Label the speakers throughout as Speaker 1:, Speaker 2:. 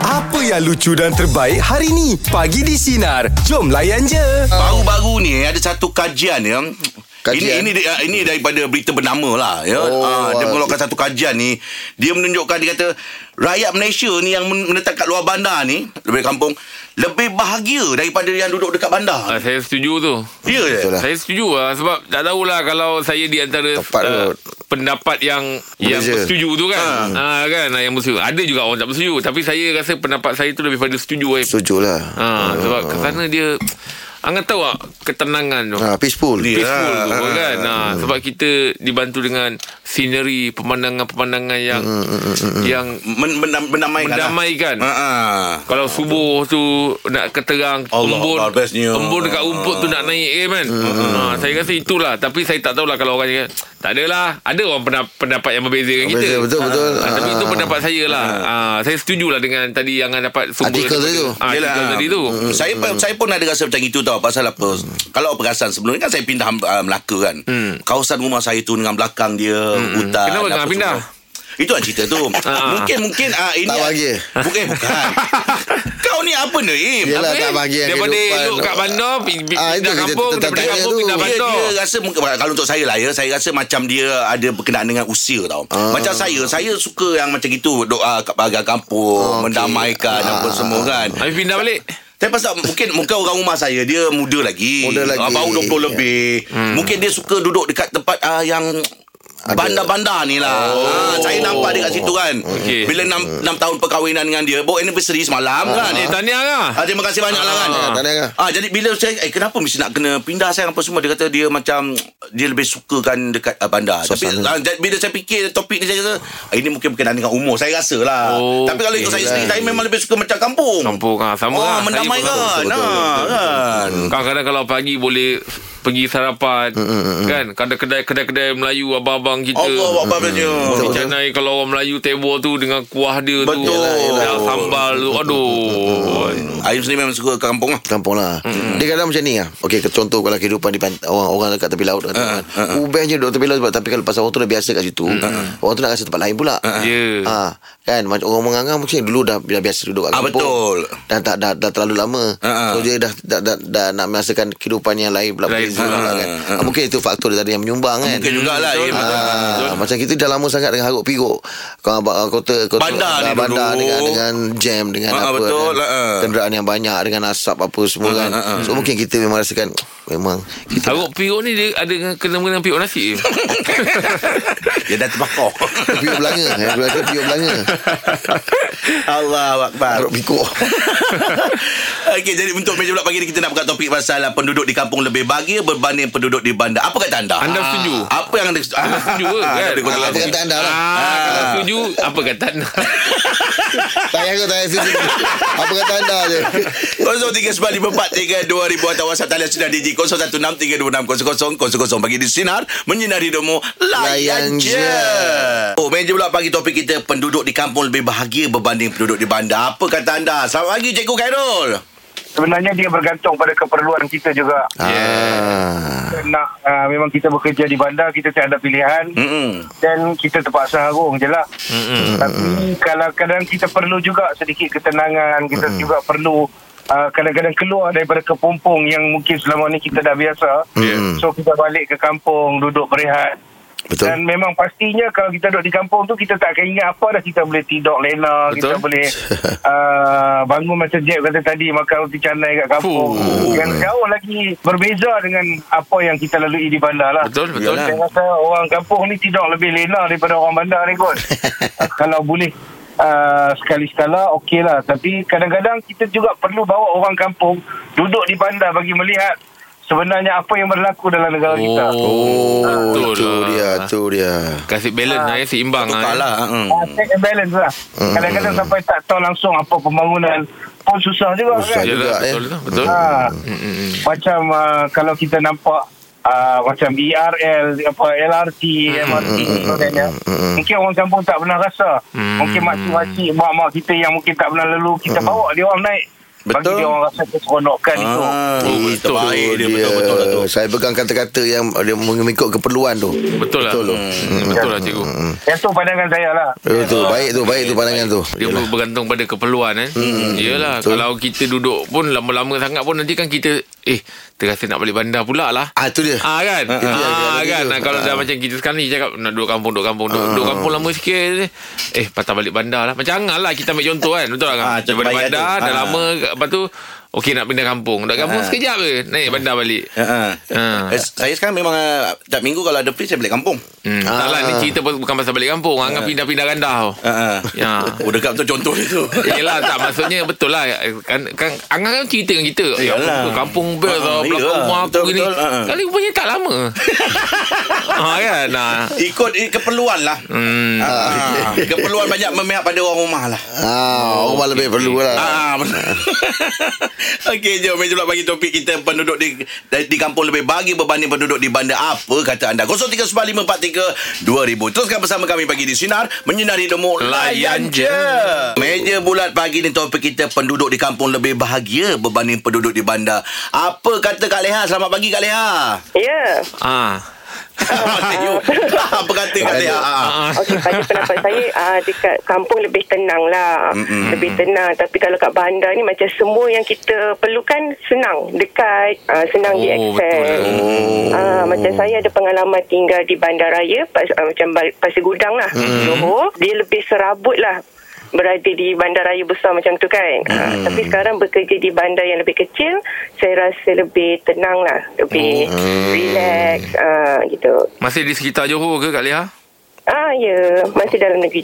Speaker 1: Apa yang lucu dan terbaik hari ni? Pagi di Sinar. Jom layan je.
Speaker 2: Baru-baru ni eh, ada satu kajian ya. Ini
Speaker 3: Kajian?
Speaker 2: ini dia- ini daripada berita bernama lah ya.
Speaker 3: Oh,
Speaker 2: Oh, dia
Speaker 3: ah,
Speaker 2: mengeluarkan satu kajian ni, dia menunjukkan dia kata rakyat Malaysia ni yang men- menetap kat luar bandar ni, lebih kampung, lebih bahagia daripada yang duduk dekat bandar.
Speaker 4: Ah, saya setuju tu.
Speaker 2: Ya.
Speaker 3: Betul lah.
Speaker 4: Saya setuju lah sebab tak tahulah kalau saya di antara
Speaker 3: Tepat
Speaker 4: ah,
Speaker 3: kot.
Speaker 4: pendapat yang yang
Speaker 3: Berbeza.
Speaker 4: bersetuju tu kan. Ha. kan yang bersetuju. Ada juga orang tak bersetuju tapi saya rasa pendapat saya tu lebih pada setuju eh.
Speaker 3: Setuju lah
Speaker 4: Ha, sebab ke sana dia Angkat tahu tak ketenangan tu.
Speaker 3: ha, Peaceful
Speaker 2: Dia.
Speaker 4: peaceful
Speaker 2: Ya.
Speaker 4: tu pun kan. Ha, sebab kita dibantu dengan scenery, pemandangan-pemandangan yang yang
Speaker 2: Men- mendam- mendamaikan. lah.
Speaker 4: mendamaikan.
Speaker 2: Ha ah.
Speaker 4: Kalau subuh tu nak keterang
Speaker 2: Allah
Speaker 4: embun
Speaker 2: Allah, bestnya.
Speaker 4: embun dekat rumput tu nak
Speaker 3: Ah.
Speaker 4: naik kan man. Ha, saya rasa itulah tapi saya tak tahulah kalau orang cakap tak adalah. Ada orang pendapat, pendapat yang berbeza dengan kita.
Speaker 3: Betul, betul, betul.
Speaker 4: Ha, tapi itu
Speaker 3: Ha.
Speaker 4: pendapat saya lah. Ha, saya setujulah dengan tadi yang dapat sumber
Speaker 3: Artikel tadi tu. Mm.
Speaker 4: Ha, artikel
Speaker 2: Yelah.
Speaker 4: tadi tu.
Speaker 2: Hmm. Saya pun- saya pun ada rasa macam itu tau pasal apa? Kalau perasan sebelum ni kan saya pindah uh, Melaka kan. Kawasan rumah saya tu dengan belakang dia hutan.
Speaker 4: Hmm. Kenapa
Speaker 2: apa
Speaker 4: kau nak pindah?
Speaker 2: semua. Itu kan cerita tu. mungkin mungkin ah ini
Speaker 3: Tak bahagia.
Speaker 2: Bukan bukan. Kau ni apa ni? Im?
Speaker 3: Yelah
Speaker 4: Apa?
Speaker 3: tak bahagia
Speaker 4: Daripada
Speaker 3: kehidupan.
Speaker 4: elok kat bandar pi- pi-
Speaker 3: Ah, itu
Speaker 4: Pindah
Speaker 3: kita
Speaker 4: kampung
Speaker 3: tetap
Speaker 4: Daripada
Speaker 3: tanya
Speaker 4: kampung
Speaker 3: tu.
Speaker 4: pindah
Speaker 2: Dia,
Speaker 4: bandar
Speaker 2: dia rasa mungkin- Kalau untuk saya lah ya Saya rasa macam dia Ada berkenaan dengan usia tau Macam saya Saya suka yang macam gitu Doa kat bahagian kampung Mendamaikan Apa semua kan
Speaker 4: Habis pindah balik
Speaker 3: Ah.
Speaker 2: Tapi pasal mungkin mungkin orang rumah saya dia muda lagi.
Speaker 3: Muda lagi.
Speaker 2: Ah, baru 20 lebih. Mungkin dia suka duduk dekat tempat ah, yang bandar-bandar ni lah. Oh. Ha, saya nampak dia kat situ kan.
Speaker 4: Okey.
Speaker 2: Bila 6, 6 tahun perkahwinan dengan dia, bawa anniversary semalam kan. Dia
Speaker 4: Eh
Speaker 2: tak
Speaker 4: tahniah lah
Speaker 2: Ah, terima kasih banyak lah kan
Speaker 3: Ah, tak ada kan?
Speaker 2: ah, Jadi bila saya Eh kenapa mesti nak kena Pindah saya apa semua Dia kata dia macam Dia lebih sukakan Dekat ah, bandar Tapi
Speaker 3: Suasana.
Speaker 2: ah, jadi bila saya fikir Topik ni saya kata ah, Ini mungkin berkenaan dengan umur Saya rasa lah
Speaker 4: Oh,
Speaker 2: Tapi kalau ikut saya sendiri Saya memang lebih suka macam kampung
Speaker 4: Kampung ah, sama
Speaker 2: Oh
Speaker 4: lah. Saya
Speaker 2: mendamai
Speaker 4: pun sama.
Speaker 2: kan Nah kan
Speaker 4: Kadang-kadang kalau pagi boleh Pergi sarapan Kan Ada kedai- kedai-kedai Melayu Abang-abang kita hmm,
Speaker 2: Allah Akbar belanya
Speaker 4: Rencanai kalau orang Melayu tebur tu Dengan kuah dia tu
Speaker 2: Betul. Yelah, yelah.
Speaker 4: Dan sambal tu Aduh
Speaker 2: Aim sendiri memang suka ke kampung lah
Speaker 3: Kampung lah mm-hmm. Dia kadang macam ni lah Okay contoh kalau kehidupan di pant- Orang-orang dekat tepi laut
Speaker 2: Ha,
Speaker 3: uh, uh, Ubah je duduk tepi laut sebab, Tapi kalau pasal orang tu dah biasa kat situ uh, Orang tu nak rasa tempat lain pula
Speaker 2: Ha,
Speaker 3: uh,
Speaker 4: Ya.
Speaker 3: Kan macam orang mengangang Mungkin dulu dah, dah biasa duduk
Speaker 2: Ah,
Speaker 3: kat kampung
Speaker 2: betul.
Speaker 3: Dan tak, dah, dah terlalu lama
Speaker 2: ah.
Speaker 3: So dia dah, dah, dah, dah nak merasakan kehidupan yang lain pula
Speaker 4: Lain
Speaker 3: Berbeza
Speaker 4: pula.
Speaker 3: pula kan Ah, Mungkin itu faktor dia tadi yang menyumbang kan
Speaker 2: Ha, Mungkin jugalah
Speaker 4: Hmm, betul.
Speaker 2: Aim
Speaker 3: Ah, macam kita dah lama sangat dengan haruk piruk. Kau abang kota kota
Speaker 2: Bandar ni
Speaker 3: ah, bandar
Speaker 2: dulu.
Speaker 3: dengan dengan jam dengan
Speaker 2: Ah, ah,
Speaker 3: apa
Speaker 2: betul
Speaker 3: dengan
Speaker 2: lah, ah.
Speaker 3: kenderaan yang banyak dengan asap apa semua kan. So mungkin kita memang rasakan memang kita
Speaker 4: Haruk piruk ni dia ada kena-mengena piruk nasi ke?
Speaker 2: Dia dah terbakar
Speaker 3: Piuk belanga eh, Belanga piuk belanga
Speaker 2: Allah Akbar
Speaker 3: Haruk pikuk
Speaker 2: Okey, jadi untuk meja bulat pagi ni kita nak buka topik pasal uh, penduduk di kampung lebih bahagia berbanding penduduk di bandar. Apa kata anda?
Speaker 4: Anda
Speaker 2: Ah.
Speaker 4: setuju?
Speaker 2: Apa yang anda setuju? Ah, Anda
Speaker 4: setuju ke, kan?
Speaker 3: Apa kata anda lah
Speaker 4: Ah, kalau setuju Apa kata anda
Speaker 3: Tak payah kau tak payah setuju Apa kata anda je
Speaker 2: 0395432000 atau WhatsApp talian sinar DJ 0163260000 bagi di sinar menyinari hidupmu layan
Speaker 3: Layan
Speaker 2: je.
Speaker 3: je.
Speaker 2: Oh, meja bulat pagi topik kita penduduk di kampung lebih bahagia berbanding penduduk di bandar. Apa kata anda? Selamat pagi Cikgu Khairul.
Speaker 5: sebenarnya dia bergantung pada keperluan kita juga.
Speaker 3: Ah,
Speaker 5: Kita Nak uh, memang kita bekerja di bandar kita tak ada pilihan
Speaker 2: Hmm.
Speaker 5: dan kita terpaksa harung je lah. Tapi kalau kadang kita perlu juga sedikit ketenangan, kita juga perlu uh, kadang-kadang keluar daripada kepompong yang mungkin selama ni kita dah biasa.
Speaker 3: Mm-mm.
Speaker 5: So kita balik ke kampung, duduk berehat.
Speaker 3: Betul.
Speaker 5: Dan memang pastinya kalau kita duduk di kampung tu kita tak akan ingat apa dah kita boleh tidur lena,
Speaker 4: Betul.
Speaker 5: kita boleh uh, bangun macam Jeb kata tadi makan roti canai kat kampung.
Speaker 4: Fuh.
Speaker 5: Yang jauh lagi berbeza dengan apa yang kita lalui di bandar lah.
Speaker 4: Betul, betul.
Speaker 5: Saya rasa orang kampung ni tidur lebih lena daripada orang bandar ni kot. Ah, kalau boleh Uh, sekali-sekala okey lah tapi kadang-kadang kita juga perlu bawa orang kampung duduk di bandar bagi melihat sebenarnya apa yang berlaku dalam negara
Speaker 2: Ah,
Speaker 5: kita
Speaker 3: Oh Itu
Speaker 4: lah.
Speaker 3: dia Itu dia
Speaker 4: Kasih balance lah ya Seimbang lah
Speaker 2: Tukarlah. Hmm.
Speaker 5: Ah, check and balance lah. Kadang-kadang sampai tak tahu langsung apa pembangunan pun susah juga
Speaker 3: Susah
Speaker 5: kan.
Speaker 3: juga.
Speaker 2: ya.
Speaker 3: eh.
Speaker 4: Yelah, betul, betul, betul.
Speaker 2: Ah.
Speaker 5: Ha. Macam ah, kalau kita nampak ah, macam BRL, apa LRT, MRT dan sebagainya. kan, ya. Mungkin orang kampung tak pernah rasa. Mungkin makcik-makcik, mak-mak kita yang mungkin tak pernah lalu, kita bawa dia orang naik Bagi
Speaker 2: Betul.
Speaker 5: dia orang rasa keseronokan itu.
Speaker 2: Ah,
Speaker 4: Oh,
Speaker 2: oh,
Speaker 4: betul.
Speaker 2: terbaik dia lah
Speaker 3: Dia-
Speaker 2: betul betul betul.
Speaker 3: Saya pegang kata-kata yang dia mengikut keperluan tu.
Speaker 4: Betul lah.
Speaker 3: Betul tu.
Speaker 4: Hmm, Betul lah cikgu.
Speaker 5: Yang tu pandangan saya lah.
Speaker 3: Eh, tu baik tu, baik tu pandangan tu.
Speaker 4: Ya. Dia perlu bergantung pada keperluan eh. Hmm, Yelah
Speaker 3: betul.
Speaker 4: Kalau kita duduk pun Lama-lama sangat pun Nanti kan kita Eh Terasa nak balik bandar pula lah
Speaker 3: Ah tu dia.
Speaker 4: Ah kan
Speaker 2: Ha,
Speaker 3: Itu dia, dia
Speaker 4: Ah
Speaker 3: lagi
Speaker 4: kan
Speaker 3: tu.
Speaker 4: Ah, Kalau
Speaker 3: Ah.
Speaker 4: dah macam kita sekarang ni Cakap nak duduk kampung Duduk kampung Duduk,
Speaker 2: Ah.
Speaker 4: duduk kampung lama sikit Eh patah balik bandar lah Macam Angal lah Kita ambil contoh kan Betul lah kan
Speaker 2: Ah, contoh
Speaker 4: Daripada
Speaker 2: baik
Speaker 4: bandar
Speaker 2: tu.
Speaker 4: Dah
Speaker 2: Ah.
Speaker 4: lama Lepas tu Okey nak pindah kampung Duduk kampung
Speaker 2: Ah.
Speaker 4: sekejap je Naik bandar balik
Speaker 2: Ha.
Speaker 4: Ah.
Speaker 2: Eh, saya sekarang memang ah, tiap minggu kalau ada free saya balik kampung.
Speaker 4: hmm. Tak lah ni
Speaker 2: Ah.
Speaker 4: cerita pun bukan pasal balik kampung Angal pindah-pindah randau
Speaker 2: Ha.
Speaker 4: Ya.
Speaker 2: Oh dekat betul contoh dia tu.
Speaker 4: Yelah tak maksudnya betul lah kan kan Angan kan cerita dengan kita eh, apa
Speaker 2: Yalah.
Speaker 4: tu, kampung bel
Speaker 2: Ah,
Speaker 4: lah belakang
Speaker 2: yalah.
Speaker 4: rumah aku
Speaker 2: Betul,
Speaker 4: gini
Speaker 2: betul, ah.
Speaker 4: kali rupanya tak lama ha kan nah
Speaker 2: Ikut eh, keperluan lah.
Speaker 4: hmm
Speaker 2: Ah, keperluan banyak memihak pada orang rumah lah.
Speaker 3: Ah, orang lebih perlu lah.
Speaker 2: Ah, betul. Okey, jom meja pula bagi topik kita penduduk di di kampung lebih bagi berbanding penduduk di bandar apa kata anda? 0395432000. Teruskan bersama kami pagi di sinar menyinari demo layan je. Meja bulat pagi ni topik kita penduduk di kampung lebih bahagia berbanding penduduk di bandar. Apa kata Kak Leha? Selamat pagi Kak Leha.
Speaker 6: Ya.
Speaker 4: ah
Speaker 2: Masih you. apa kata Kak Leha? Ah.
Speaker 4: ah
Speaker 6: Okey, pada pendapat saya uh, dekat kampung lebih tenang lah. Mm-mm. Lebih tenang. Tapi kalau kat bandar ni macam semua yang kita perlukan senang. Dekat, uh, senang
Speaker 4: Oh,
Speaker 6: oh, diakses.
Speaker 4: betul.
Speaker 6: Oh. Uh, macam saya ada pengalaman tinggal di bandaraya, pas, uh, macam Bal- Pasir Gudang lah. Mm. Johor, dia lebih serabut lah berada di bandaraya besar macam tu kan. Hmm. tapi sekarang bekerja di bandar yang lebih kecil, saya rasa lebih tenang lah, lebih relax uh, gitu.
Speaker 4: masih di sekitar Johor ke Kak Leah
Speaker 6: Ah ya, masih dalam negeri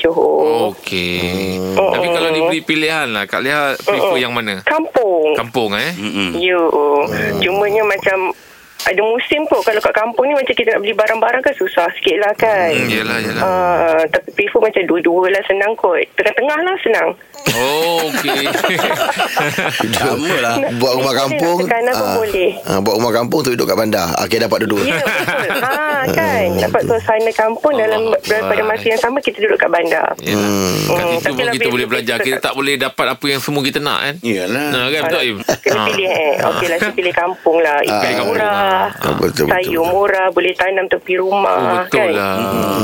Speaker 4: Oh.
Speaker 6: Johor.
Speaker 4: okey
Speaker 6: Oh.
Speaker 4: tapi kalau diberi pilihan lah Kak Leah prefer yang mana
Speaker 6: Kampung.
Speaker 4: kampung eh
Speaker 3: Hmm.
Speaker 2: Mm-mm.
Speaker 6: Ya.
Speaker 4: Oh.
Speaker 6: Cumanya macam ada musim kot kalau kat kampung ni macam kita nak beli barang-barang kan susah sikit lah kan.
Speaker 4: Hmm, yelah, yelah.
Speaker 6: Ah, tapi prefer macam dua-dua lah senang kot. Tengah-tengah lah senang.
Speaker 4: oh okey
Speaker 2: Sama lah.
Speaker 3: Ah, Buat rumah
Speaker 6: Boleh lah,
Speaker 3: kampung.
Speaker 6: tekanan pun boleh.
Speaker 3: ah, buat rumah kampung tu duduk kat bandar. Ah, Okey dapat duduk.
Speaker 6: Ya betul. ah, kan. Dapat suasana kampung dalam
Speaker 4: Allah
Speaker 6: pada masa yang sama kita duduk kat bandar.
Speaker 4: Yelah. Ya.
Speaker 2: Mm.
Speaker 4: Kat
Speaker 6: Hmm,
Speaker 4: situ
Speaker 6: tapi
Speaker 4: pun
Speaker 6: lebih-
Speaker 4: kita boleh belajar Kita tak boleh dapat apa yang semua kita nak kan
Speaker 2: Iyalah.
Speaker 4: Nah, kan betul Im?
Speaker 6: Kena
Speaker 4: Ah.
Speaker 6: pilih eh. Okey lah, saya pilih kampung lah. Ikan
Speaker 4: Pilih kampung.
Speaker 6: murah.
Speaker 3: Ah, betul, betul,
Speaker 6: sayur
Speaker 3: betul. Hmm.
Speaker 6: murah. Boleh tanam tepi rumah.
Speaker 4: Oh, betul
Speaker 6: kan?
Speaker 4: lah.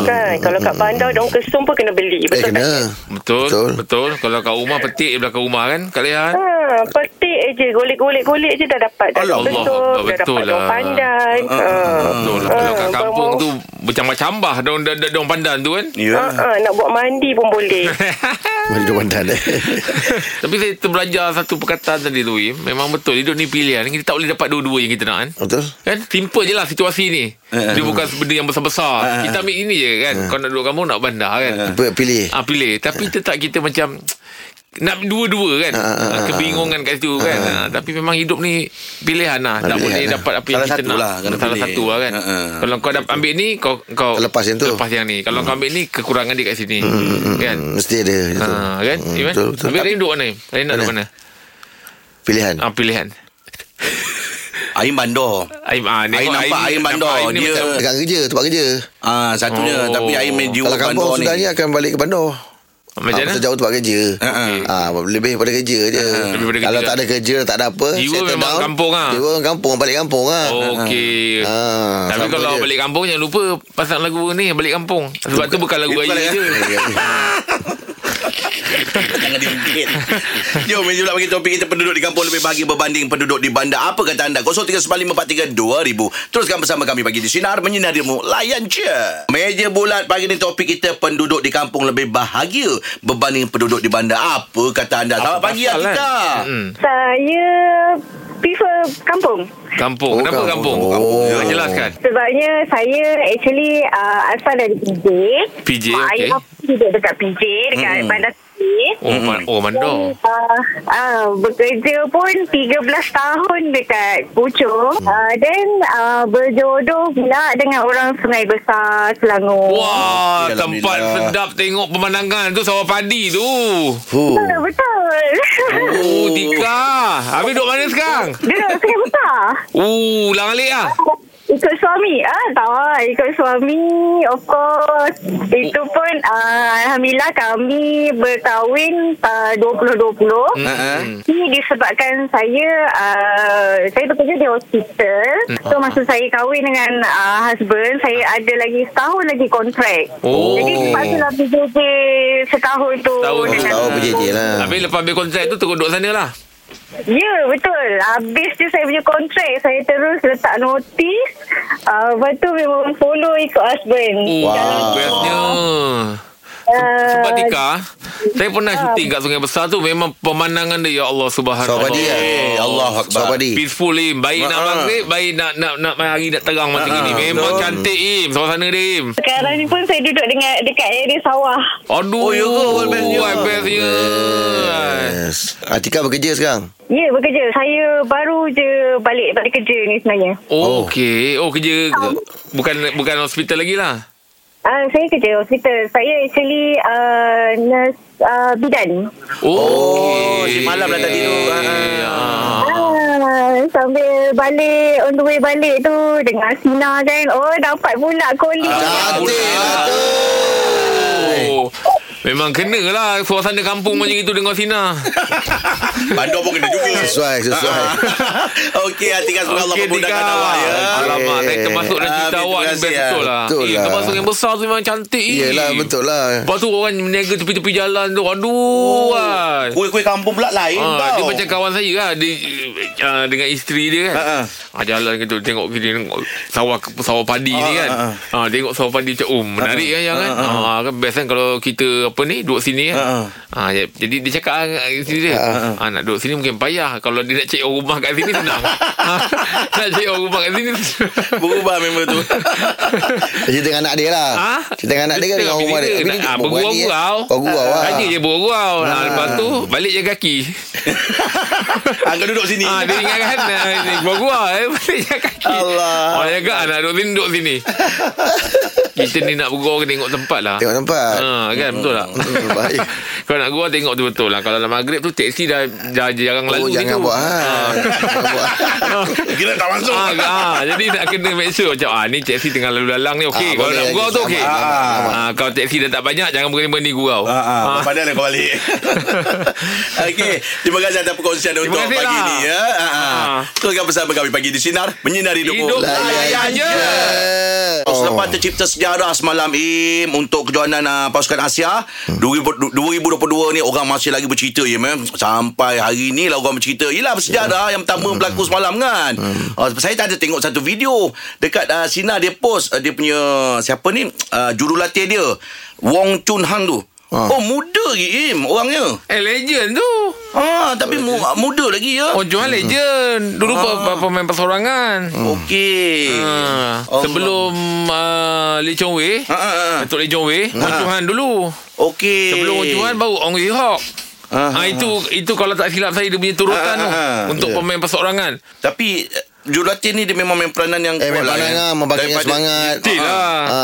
Speaker 6: Kan? Kalau kat bandar, daun kesum pun kena beli.
Speaker 3: Eh
Speaker 6: Betul tak?
Speaker 3: kena.
Speaker 4: Betul, betul
Speaker 3: Betul.
Speaker 4: Betul Kalau kat rumah petik je belakang rumah kan Kak Leah kan?
Speaker 6: Ha, petik je golek-golek-golek je dah dapat dah
Speaker 2: Alah,
Speaker 6: dapat betul
Speaker 4: Allah,
Speaker 6: dah
Speaker 4: betul
Speaker 6: dapat daun
Speaker 4: lah.
Speaker 6: pandan
Speaker 3: Ah,
Speaker 6: ha,
Speaker 4: Betul lah. Kalau kat kampung tu Bercambah-cambah daun, daun, daun pandan tu kan
Speaker 6: ha,
Speaker 2: Ya.
Speaker 6: ha, nak buat mandi pun boleh
Speaker 3: Mari duduk bandar eh.
Speaker 4: Tapi saya terbelajar Satu perkataan tadi tu Im. Memang betul Hidup ni pilihan Kita tak boleh dapat dua-dua yang kita nak kan
Speaker 3: Betul?
Speaker 4: Kan simple je lah situasi ni Dia bukan benda yang besar-besar Kita ambil ini je kan Kau nak duduk kampung Nak bandar kan
Speaker 3: Apa- Pilih.
Speaker 4: Ah pilih
Speaker 3: Ha.
Speaker 4: Tapi tetap kita macam Nak dua-dua kan
Speaker 3: ah, ah,
Speaker 4: Kebingungan kat situ kan Ah, Tapi memang hidup ni Pilihan lah
Speaker 3: Ha,
Speaker 4: Tak
Speaker 3: Pilihan
Speaker 4: boleh
Speaker 3: lah.
Speaker 4: dapat apa yang
Speaker 2: Salah
Speaker 4: kita
Speaker 2: satu
Speaker 4: nak
Speaker 2: lah, kena
Speaker 4: Salah
Speaker 2: pilih.
Speaker 4: satu lah kan
Speaker 2: Ah, ah.
Speaker 4: Kalau kau dapat ambil ni Kau kau
Speaker 3: Kau lepas yang tu. Hmm.
Speaker 4: Lepas yang ni Kalau kau ambil ni Kekurangan dia kat sini Kan
Speaker 3: Mesti ada gitu.
Speaker 4: Ha, kan?
Speaker 3: Hmm,
Speaker 4: Iman?
Speaker 3: Betul betul.
Speaker 4: Habis Rin duduk mana? Rin nak duduk mana?
Speaker 3: Mana? Pilihan.
Speaker 4: Ah, pilihan.
Speaker 2: Air bandar.
Speaker 4: Aim,
Speaker 2: Air
Speaker 4: ah, tengok
Speaker 2: nampak
Speaker 4: ni-
Speaker 2: air bandar.
Speaker 4: nampak air ni
Speaker 2: Dia
Speaker 4: macam-
Speaker 3: Dekat kerja, tempat kerja.
Speaker 2: Ah satunya oh.
Speaker 4: Oh.
Speaker 2: tapi air main jiwa
Speaker 3: Kalau kampung
Speaker 2: bandar
Speaker 3: sudahnya akan balik ke bandar.
Speaker 4: Macam
Speaker 3: Ah,
Speaker 4: mana?
Speaker 3: pasal jauh tempat kerja.
Speaker 2: Ha, ha.
Speaker 3: Ah, lebih pada kerja je.
Speaker 4: Ah, lebih pada
Speaker 3: Kalau
Speaker 4: kerja.
Speaker 3: tak ada kerja, tak ada apa.
Speaker 4: Jiwa
Speaker 3: settle
Speaker 4: memang kampung ah. Oh,
Speaker 3: Jiwa orang kampung, balik kampung
Speaker 2: Ha,
Speaker 3: ah.
Speaker 4: Okey.
Speaker 3: Ah,
Speaker 4: Tapi
Speaker 3: sama
Speaker 4: kalau
Speaker 3: je.
Speaker 4: balik kampung jangan lupa pasang lagu ni balik kampung. Sebab tu bukan lagu
Speaker 2: Dia bukan
Speaker 4: raya
Speaker 2: lagu-
Speaker 4: je.
Speaker 2: Jangan diungkit Jom meja pula bagi topik kita Penduduk di kampung lebih bahagia Berbanding penduduk di bandar Apa kata anda 0395432000 Teruskan bersama kami Bagi di Sinar Menyinari mu Layan je Meja bulat pagi ni topik kita Penduduk di kampung lebih bahagia Berbanding penduduk di bandar Apa kata anda Selamat pagi
Speaker 4: pasal,
Speaker 2: Atika
Speaker 4: Hmm.
Speaker 7: Saya prefer kampung.
Speaker 4: Kampung.
Speaker 3: Oh,
Speaker 4: Kenapa
Speaker 3: kampung.
Speaker 4: kampung? kampung.
Speaker 3: Oh.
Speaker 4: Jangan jelaskan.
Speaker 7: Sebabnya saya actually uh, asal dari PJ.
Speaker 4: PJ,
Speaker 7: Mak
Speaker 4: okey.
Speaker 7: ayah aku duduk dekat PJ, dekat
Speaker 3: Hmm.
Speaker 7: mm. bandar PJ.
Speaker 4: Oh, man, oh mandor.
Speaker 7: Dan uh, uh, bekerja pun 13 tahun dekat Puchong. Uh, then uh, berjodoh pula dengan orang Sungai Besar, Selangor.
Speaker 4: Wah,
Speaker 3: Alhamdulillah.
Speaker 4: tempat sedap tengok pemandangan tu sawah padi tu.
Speaker 3: Fuh.
Speaker 7: Betul, betul.
Speaker 4: Oh, Tika. Habis duduk mana sekarang?
Speaker 7: duduk Sungai Besar.
Speaker 4: Oh, lang alik ah.
Speaker 7: Ikut suami ah tak ikut suami of course itu pun ah, alhamdulillah kami berkahwin ah, 2020
Speaker 2: Uh-uh.
Speaker 4: Hmm.
Speaker 7: Ini disebabkan saya uh, saya bekerja di hospital. So masa saya kahwin dengan uh, husband, saya ada lagi setahun lagi kontrak.
Speaker 4: Oh.
Speaker 7: Jadi terpaksalah PJJ setahun tu.
Speaker 4: Setahun.
Speaker 7: dengan-
Speaker 3: Tahu PJJ lah
Speaker 4: Habis lepas ambil kontrak tu Terus duduk sana lah
Speaker 7: Ya, betul. Habis je saya punya kontrak, saya terus letak notis. Uh, lepas tu memang follow ikut husband.
Speaker 4: Wah Bestnya Eh, Uh, Sebab
Speaker 7: Uh,
Speaker 4: Tika Saya pernah syuting kat Sungai Besar tu Memang pemandangan dia Ya Allah Subhanallah
Speaker 3: Sahabat dia
Speaker 2: Eh, Allah Akbar.
Speaker 3: Sahabat dia
Speaker 4: Peaceful Im Baik nak
Speaker 2: Ah.
Speaker 4: maghrib Baik nak nak nak hari nak terang macam
Speaker 2: Ah,
Speaker 4: ni Memang
Speaker 2: betul.
Speaker 4: cantik Im Suasana dia Im
Speaker 7: Sekarang ni pun saya duduk dengan dekat area sawah.
Speaker 4: Aduh
Speaker 2: Oh, ya ke? Wild bestnya.
Speaker 4: Wild bestnya.
Speaker 3: Yes. Atika bekerja sekarang
Speaker 7: Ya, bekerja. Saya baru je balik balik kerja ni sebenarnya.
Speaker 4: Oh, Okey Oh kerja Bukan bukan hospital lagi lah
Speaker 7: Uh, saya kerja hospital. Saya actually uh, nurse uh, bidan.
Speaker 4: Oh,
Speaker 2: si malam lah tadi tu. Ah.
Speaker 4: Ah.
Speaker 7: Ah, sambil balik, on the way balik tu dengan Sina kan. Oh, dapat pula calling.
Speaker 4: Ah,
Speaker 3: Cantik lah tu
Speaker 2: eh.
Speaker 4: Oh. Memang kena lah Suasana kampung macam itu Dengan Sina
Speaker 2: Bandar pun kena juga.
Speaker 3: Sesuai Sesuai
Speaker 4: Ah,
Speaker 2: Okey, Atika semoga Allah
Speaker 4: Okey,
Speaker 2: memudahkan
Speaker 4: Tika.
Speaker 2: awak ya.
Speaker 4: Alamak Saya termasuk dalam
Speaker 2: Ah,
Speaker 4: cerita
Speaker 2: terima
Speaker 4: awak ni
Speaker 2: kasih,
Speaker 4: Best
Speaker 2: ah.
Speaker 4: betul lah
Speaker 3: Betul
Speaker 4: Eh,
Speaker 3: lah.
Speaker 4: Termasuk yang besar tu Memang cantik eh.
Speaker 3: Yelah betul lah
Speaker 4: Lepas tu orang meniaga tepi-tepi jalan tu
Speaker 2: Oh.
Speaker 4: Aduh kan
Speaker 2: Kuih-kuih kampung pula lain
Speaker 4: Ha,
Speaker 2: tau.
Speaker 4: dia macam kawan saya lah dia, uh, Dengan isteri dia kan
Speaker 2: Ha, ha.
Speaker 4: ha, Jalan gitu Tengok kiri tengok Sawah, sawah padi
Speaker 2: Ha,
Speaker 4: ni kan
Speaker 2: ha,
Speaker 4: ha, Tengok sawah padi macam Oh menarik kan yang kan ha, kan Best kan kalau kita Apa ni Duduk sini
Speaker 2: Ha,
Speaker 4: kan ha, ya- Jadi dia cakap ah, dengan isteri dia ha, Nak duduk sini mungkin payah Kalau dia nak cek orang rumah kat sini Senang ha, Nak cek orang rumah kat sini
Speaker 2: Berubah memang tu.
Speaker 3: Cerita dengan anak dia lah
Speaker 4: Ha?
Speaker 3: Cerita dengan anak dia kan Dengan rumah dia Tapi dia
Speaker 4: Ah,
Speaker 3: berbual ni, eh.
Speaker 4: Bergurau-gurau
Speaker 3: Bergurau lah
Speaker 4: Raja je bergurau ha, Lepas tu Balik je kaki
Speaker 2: Ah, kau duduk sini.
Speaker 4: Ah, dia ingatkan ah, ni gua gua eh boleh jaga kaki.
Speaker 2: Allah.
Speaker 4: Orang jaga anak duduk sini duduk sini. Kita ni nak bergurau kena tengok tempat lah.
Speaker 3: Tengok tempat
Speaker 4: Ha, kan betul tak?
Speaker 3: Hmm, baik.
Speaker 4: Kalau nak gua tengok tu betul lah. Kalau dalam maghrib tu teksi dah, dah jarang
Speaker 3: Oh
Speaker 4: lalu
Speaker 3: jangan
Speaker 4: gitu.
Speaker 3: buat ah. hal Jangan buat hal.
Speaker 2: Kira tak masuk.
Speaker 4: Ah, ah, jadi nak kena make sure macam ah ni teksi tengah lalu lalang ni
Speaker 3: Ah,
Speaker 4: okey. kalau
Speaker 3: boleh,
Speaker 4: nak gurau tu
Speaker 3: sama,
Speaker 4: okey.
Speaker 3: sama, sama.
Speaker 4: Ah, kalau teksi dah tak banyak jangan berani-berani gurau.
Speaker 2: Ah, ah,
Speaker 4: Ah.
Speaker 2: Padahal kau balik Okey Terima kasih atas perkongsian
Speaker 4: Terima
Speaker 2: Untuk
Speaker 4: kasih
Speaker 2: pagi
Speaker 4: lah.
Speaker 2: ni ya. Ah, ah.
Speaker 4: Ah.
Speaker 2: Teruskan bersama kami Pagi di Sinar Menyinari
Speaker 4: Hidup
Speaker 2: Hidup
Speaker 4: layan je.
Speaker 2: Oh. Selepas tercipta sejarah semalam Im Untuk kejohanan uh, pasukan Asia 2000 2022 ni orang masih lagi bercerita Im eh? Sampai hari ni lah orang bercerita Yelah bersejarah yang pertama berlaku semalam kan uh, Saya tak ada tengok satu video Dekat uh, Sina dia post uh, Dia punya siapa ni uh, Jurulatih dia Wong Chun Han tu
Speaker 3: Ah.
Speaker 2: Oh muda lagi Im orangnya
Speaker 4: Eh legend tu.
Speaker 2: ah, Tapi mu, muda lagi ya
Speaker 4: Oh jual legend.
Speaker 2: Ah.
Speaker 4: Dulu pe- pemain persorangan.
Speaker 2: Okey
Speaker 4: Ah,
Speaker 2: Allah.
Speaker 4: sebelum uh, Lee Chong Wei,
Speaker 2: Ah, ah, ah.
Speaker 4: Datuk Lee Chong Wei, Wong Chun Han dulu.
Speaker 2: Okey
Speaker 4: Sebelum Wong Chun Han baru Ong Yi Hawk.
Speaker 2: Ah,
Speaker 4: Ha, itu itu kalau tak silap saya dia punya turutan
Speaker 2: Ah, ah,
Speaker 4: tu
Speaker 2: ah.
Speaker 4: untuk pemain perseorangan.
Speaker 2: Tapi eh, Jurulatih ni dia memang main peranan yang
Speaker 3: Eh main pandang lah Membangkitkan
Speaker 2: Daripada-
Speaker 3: semangat
Speaker 4: Betul lah.
Speaker 3: Ha,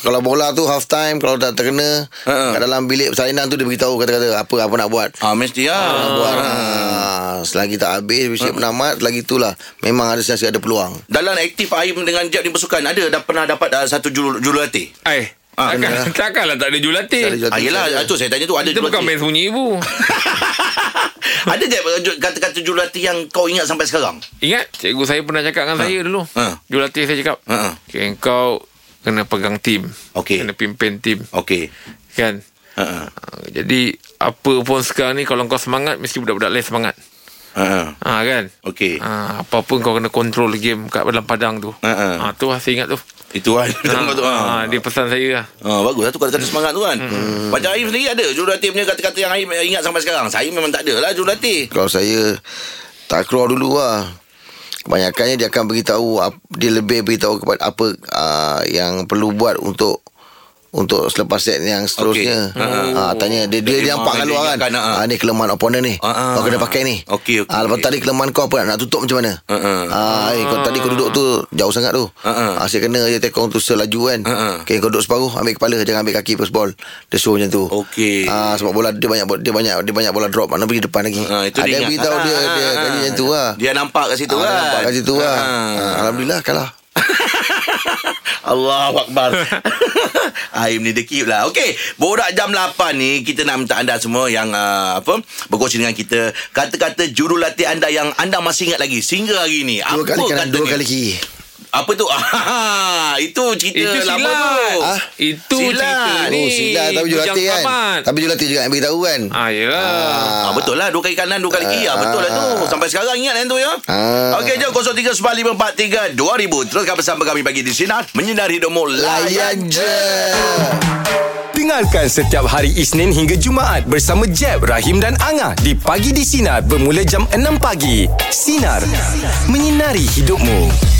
Speaker 3: kalau bola tu half time kalau tak terkena
Speaker 2: Ha.
Speaker 3: uh kat dalam bilik persalinan tu dia beritahu kata-kata apa apa nak buat.
Speaker 2: Ah mesti lah
Speaker 3: Nak buat. Ha, selagi tak
Speaker 2: Ha.
Speaker 3: habis bisik penamat lagi itulah lah. memang ada siasat ada peluang.
Speaker 2: Dalam aktif Aim dengan Jeb ni bersukan Ada dah pernah dapat uh, satu juru, jurulatih
Speaker 4: Eh,
Speaker 2: Ah,
Speaker 4: takkan,
Speaker 2: benar.
Speaker 4: takkanlah tak ada jurulatih.
Speaker 3: Tak ada
Speaker 2: Ah,
Speaker 3: jurulatih.
Speaker 2: yelah, tu saya tanya tu ada
Speaker 4: Kita bukan
Speaker 2: jurulatih.
Speaker 4: main sunyi ibu.
Speaker 2: ada Jeb eh, ju- kata-kata jurulatih yang kau ingat sampai sekarang?
Speaker 4: Ingat cikgu saya pernah cakap dengan saya dulu.
Speaker 2: Ha.
Speaker 4: Jurulatih saya cakap,
Speaker 2: Ha, ha.
Speaker 4: okay, engkau kena pegang tim.
Speaker 2: Okey.
Speaker 4: Kena pimpin tim.
Speaker 2: Okey.
Speaker 4: Kan?
Speaker 2: Ha.
Speaker 4: Ah, Jadi apa pun sekarang ni kalau kau semangat mesti budak-budak lain semangat.
Speaker 2: Ha.
Speaker 4: Ha kan?
Speaker 2: Okey.
Speaker 4: Ha, apa pun kau kena control game kat dalam padang tu.
Speaker 2: Ha, ha.
Speaker 4: ha tu lah saya ingat tu.
Speaker 2: Itu kan.
Speaker 4: Ha,
Speaker 2: Tengok tu.
Speaker 4: ha,
Speaker 2: Ha.
Speaker 4: dia pesan saya lah.
Speaker 2: Ha, bagus lah tu kata-kata semangat tu kan hmm. Macam Aim sendiri ada Jurulatih punya kata-kata yang Aim ingat sampai sekarang Saya memang tak ada lah jurulatih
Speaker 3: Kalau saya tak keluar dulu lah Kebanyakannya dia akan beritahu ap- Dia lebih beritahu kepada apa uh, Yang perlu buat untuk untuk selepas set yang seterusnya
Speaker 2: Okey.
Speaker 3: ha, tanya dia dia, dia
Speaker 2: Dia
Speaker 3: nampak kat
Speaker 2: dia
Speaker 3: luar
Speaker 2: ingatkan,
Speaker 3: kan
Speaker 2: ha.
Speaker 3: ha, ni kelemahan opponent ni
Speaker 2: Ha, ha.
Speaker 3: kau kena pakai ni
Speaker 2: Okey, okey.
Speaker 3: ha, lepas tadi kelemahan kau apa nak, nak tutup macam mana
Speaker 2: Ha, ha.
Speaker 3: ha, eh, kau tadi kau duduk tu jauh sangat tu
Speaker 2: Ha, ha.
Speaker 3: ha, asyik kena je tekong tu selaju kan
Speaker 2: Ha, ha.
Speaker 3: okay, kau duduk separuh ambil kepala jangan ambil kaki first ball dia suruh macam tu
Speaker 2: Okey.
Speaker 3: ha, sebab bola dia banyak dia banyak dia banyak bola drop mana pergi depan lagi
Speaker 2: Ha, itu dia
Speaker 3: ada
Speaker 2: ingat.
Speaker 3: beritahu dia
Speaker 2: Ah,
Speaker 3: dia
Speaker 2: ah,
Speaker 3: kaji
Speaker 2: ah.
Speaker 3: macam tu lah.
Speaker 2: Dia nampak kat situ
Speaker 3: Ah,
Speaker 2: kan.
Speaker 3: nampak kat situ lah.
Speaker 2: Ah.
Speaker 3: Ah, Alhamdulillah kalah.
Speaker 2: Allah Akbar Aim ni dekip lah Okey Borak jam 8 ni Kita nak minta anda semua Yang uh, apa Berkongsi dengan kita Kata-kata jurulatih anda Yang anda masih ingat lagi Sehingga hari ni
Speaker 3: Dua
Speaker 2: Apa
Speaker 3: kali kanan
Speaker 2: kata
Speaker 3: Dua
Speaker 2: ni?
Speaker 3: kali kiri
Speaker 2: Apa tu Ah, Itu cerita
Speaker 4: Itu
Speaker 2: lama
Speaker 4: silat.
Speaker 2: tu
Speaker 4: Ah? Itu cerita
Speaker 2: Silat.
Speaker 4: ni.
Speaker 3: Oh silat Tapi
Speaker 4: Itu
Speaker 3: jurulatih
Speaker 4: jam
Speaker 3: kan
Speaker 4: lapan.
Speaker 3: Tapi jurulatih juga yang beritahu kan
Speaker 4: Ah, yelah.
Speaker 2: Ah, betul lah Dua kali kanan Dua kali kiri ah, Betul lah tu Sampai sekarang ingat kan tu ya
Speaker 3: Ah.
Speaker 2: Okey jom 0395432000 Teruskan bersama kami Pagi di Sinar Menyinari hidupmu
Speaker 3: Layan
Speaker 2: Layan
Speaker 3: je
Speaker 1: Dengarkan setiap hari Isnin hingga Jumaat bersama Jeb, Rahim dan Angah di Pagi di Sinar bermula jam 6 pagi. Sinar. Menyinari hidupmu.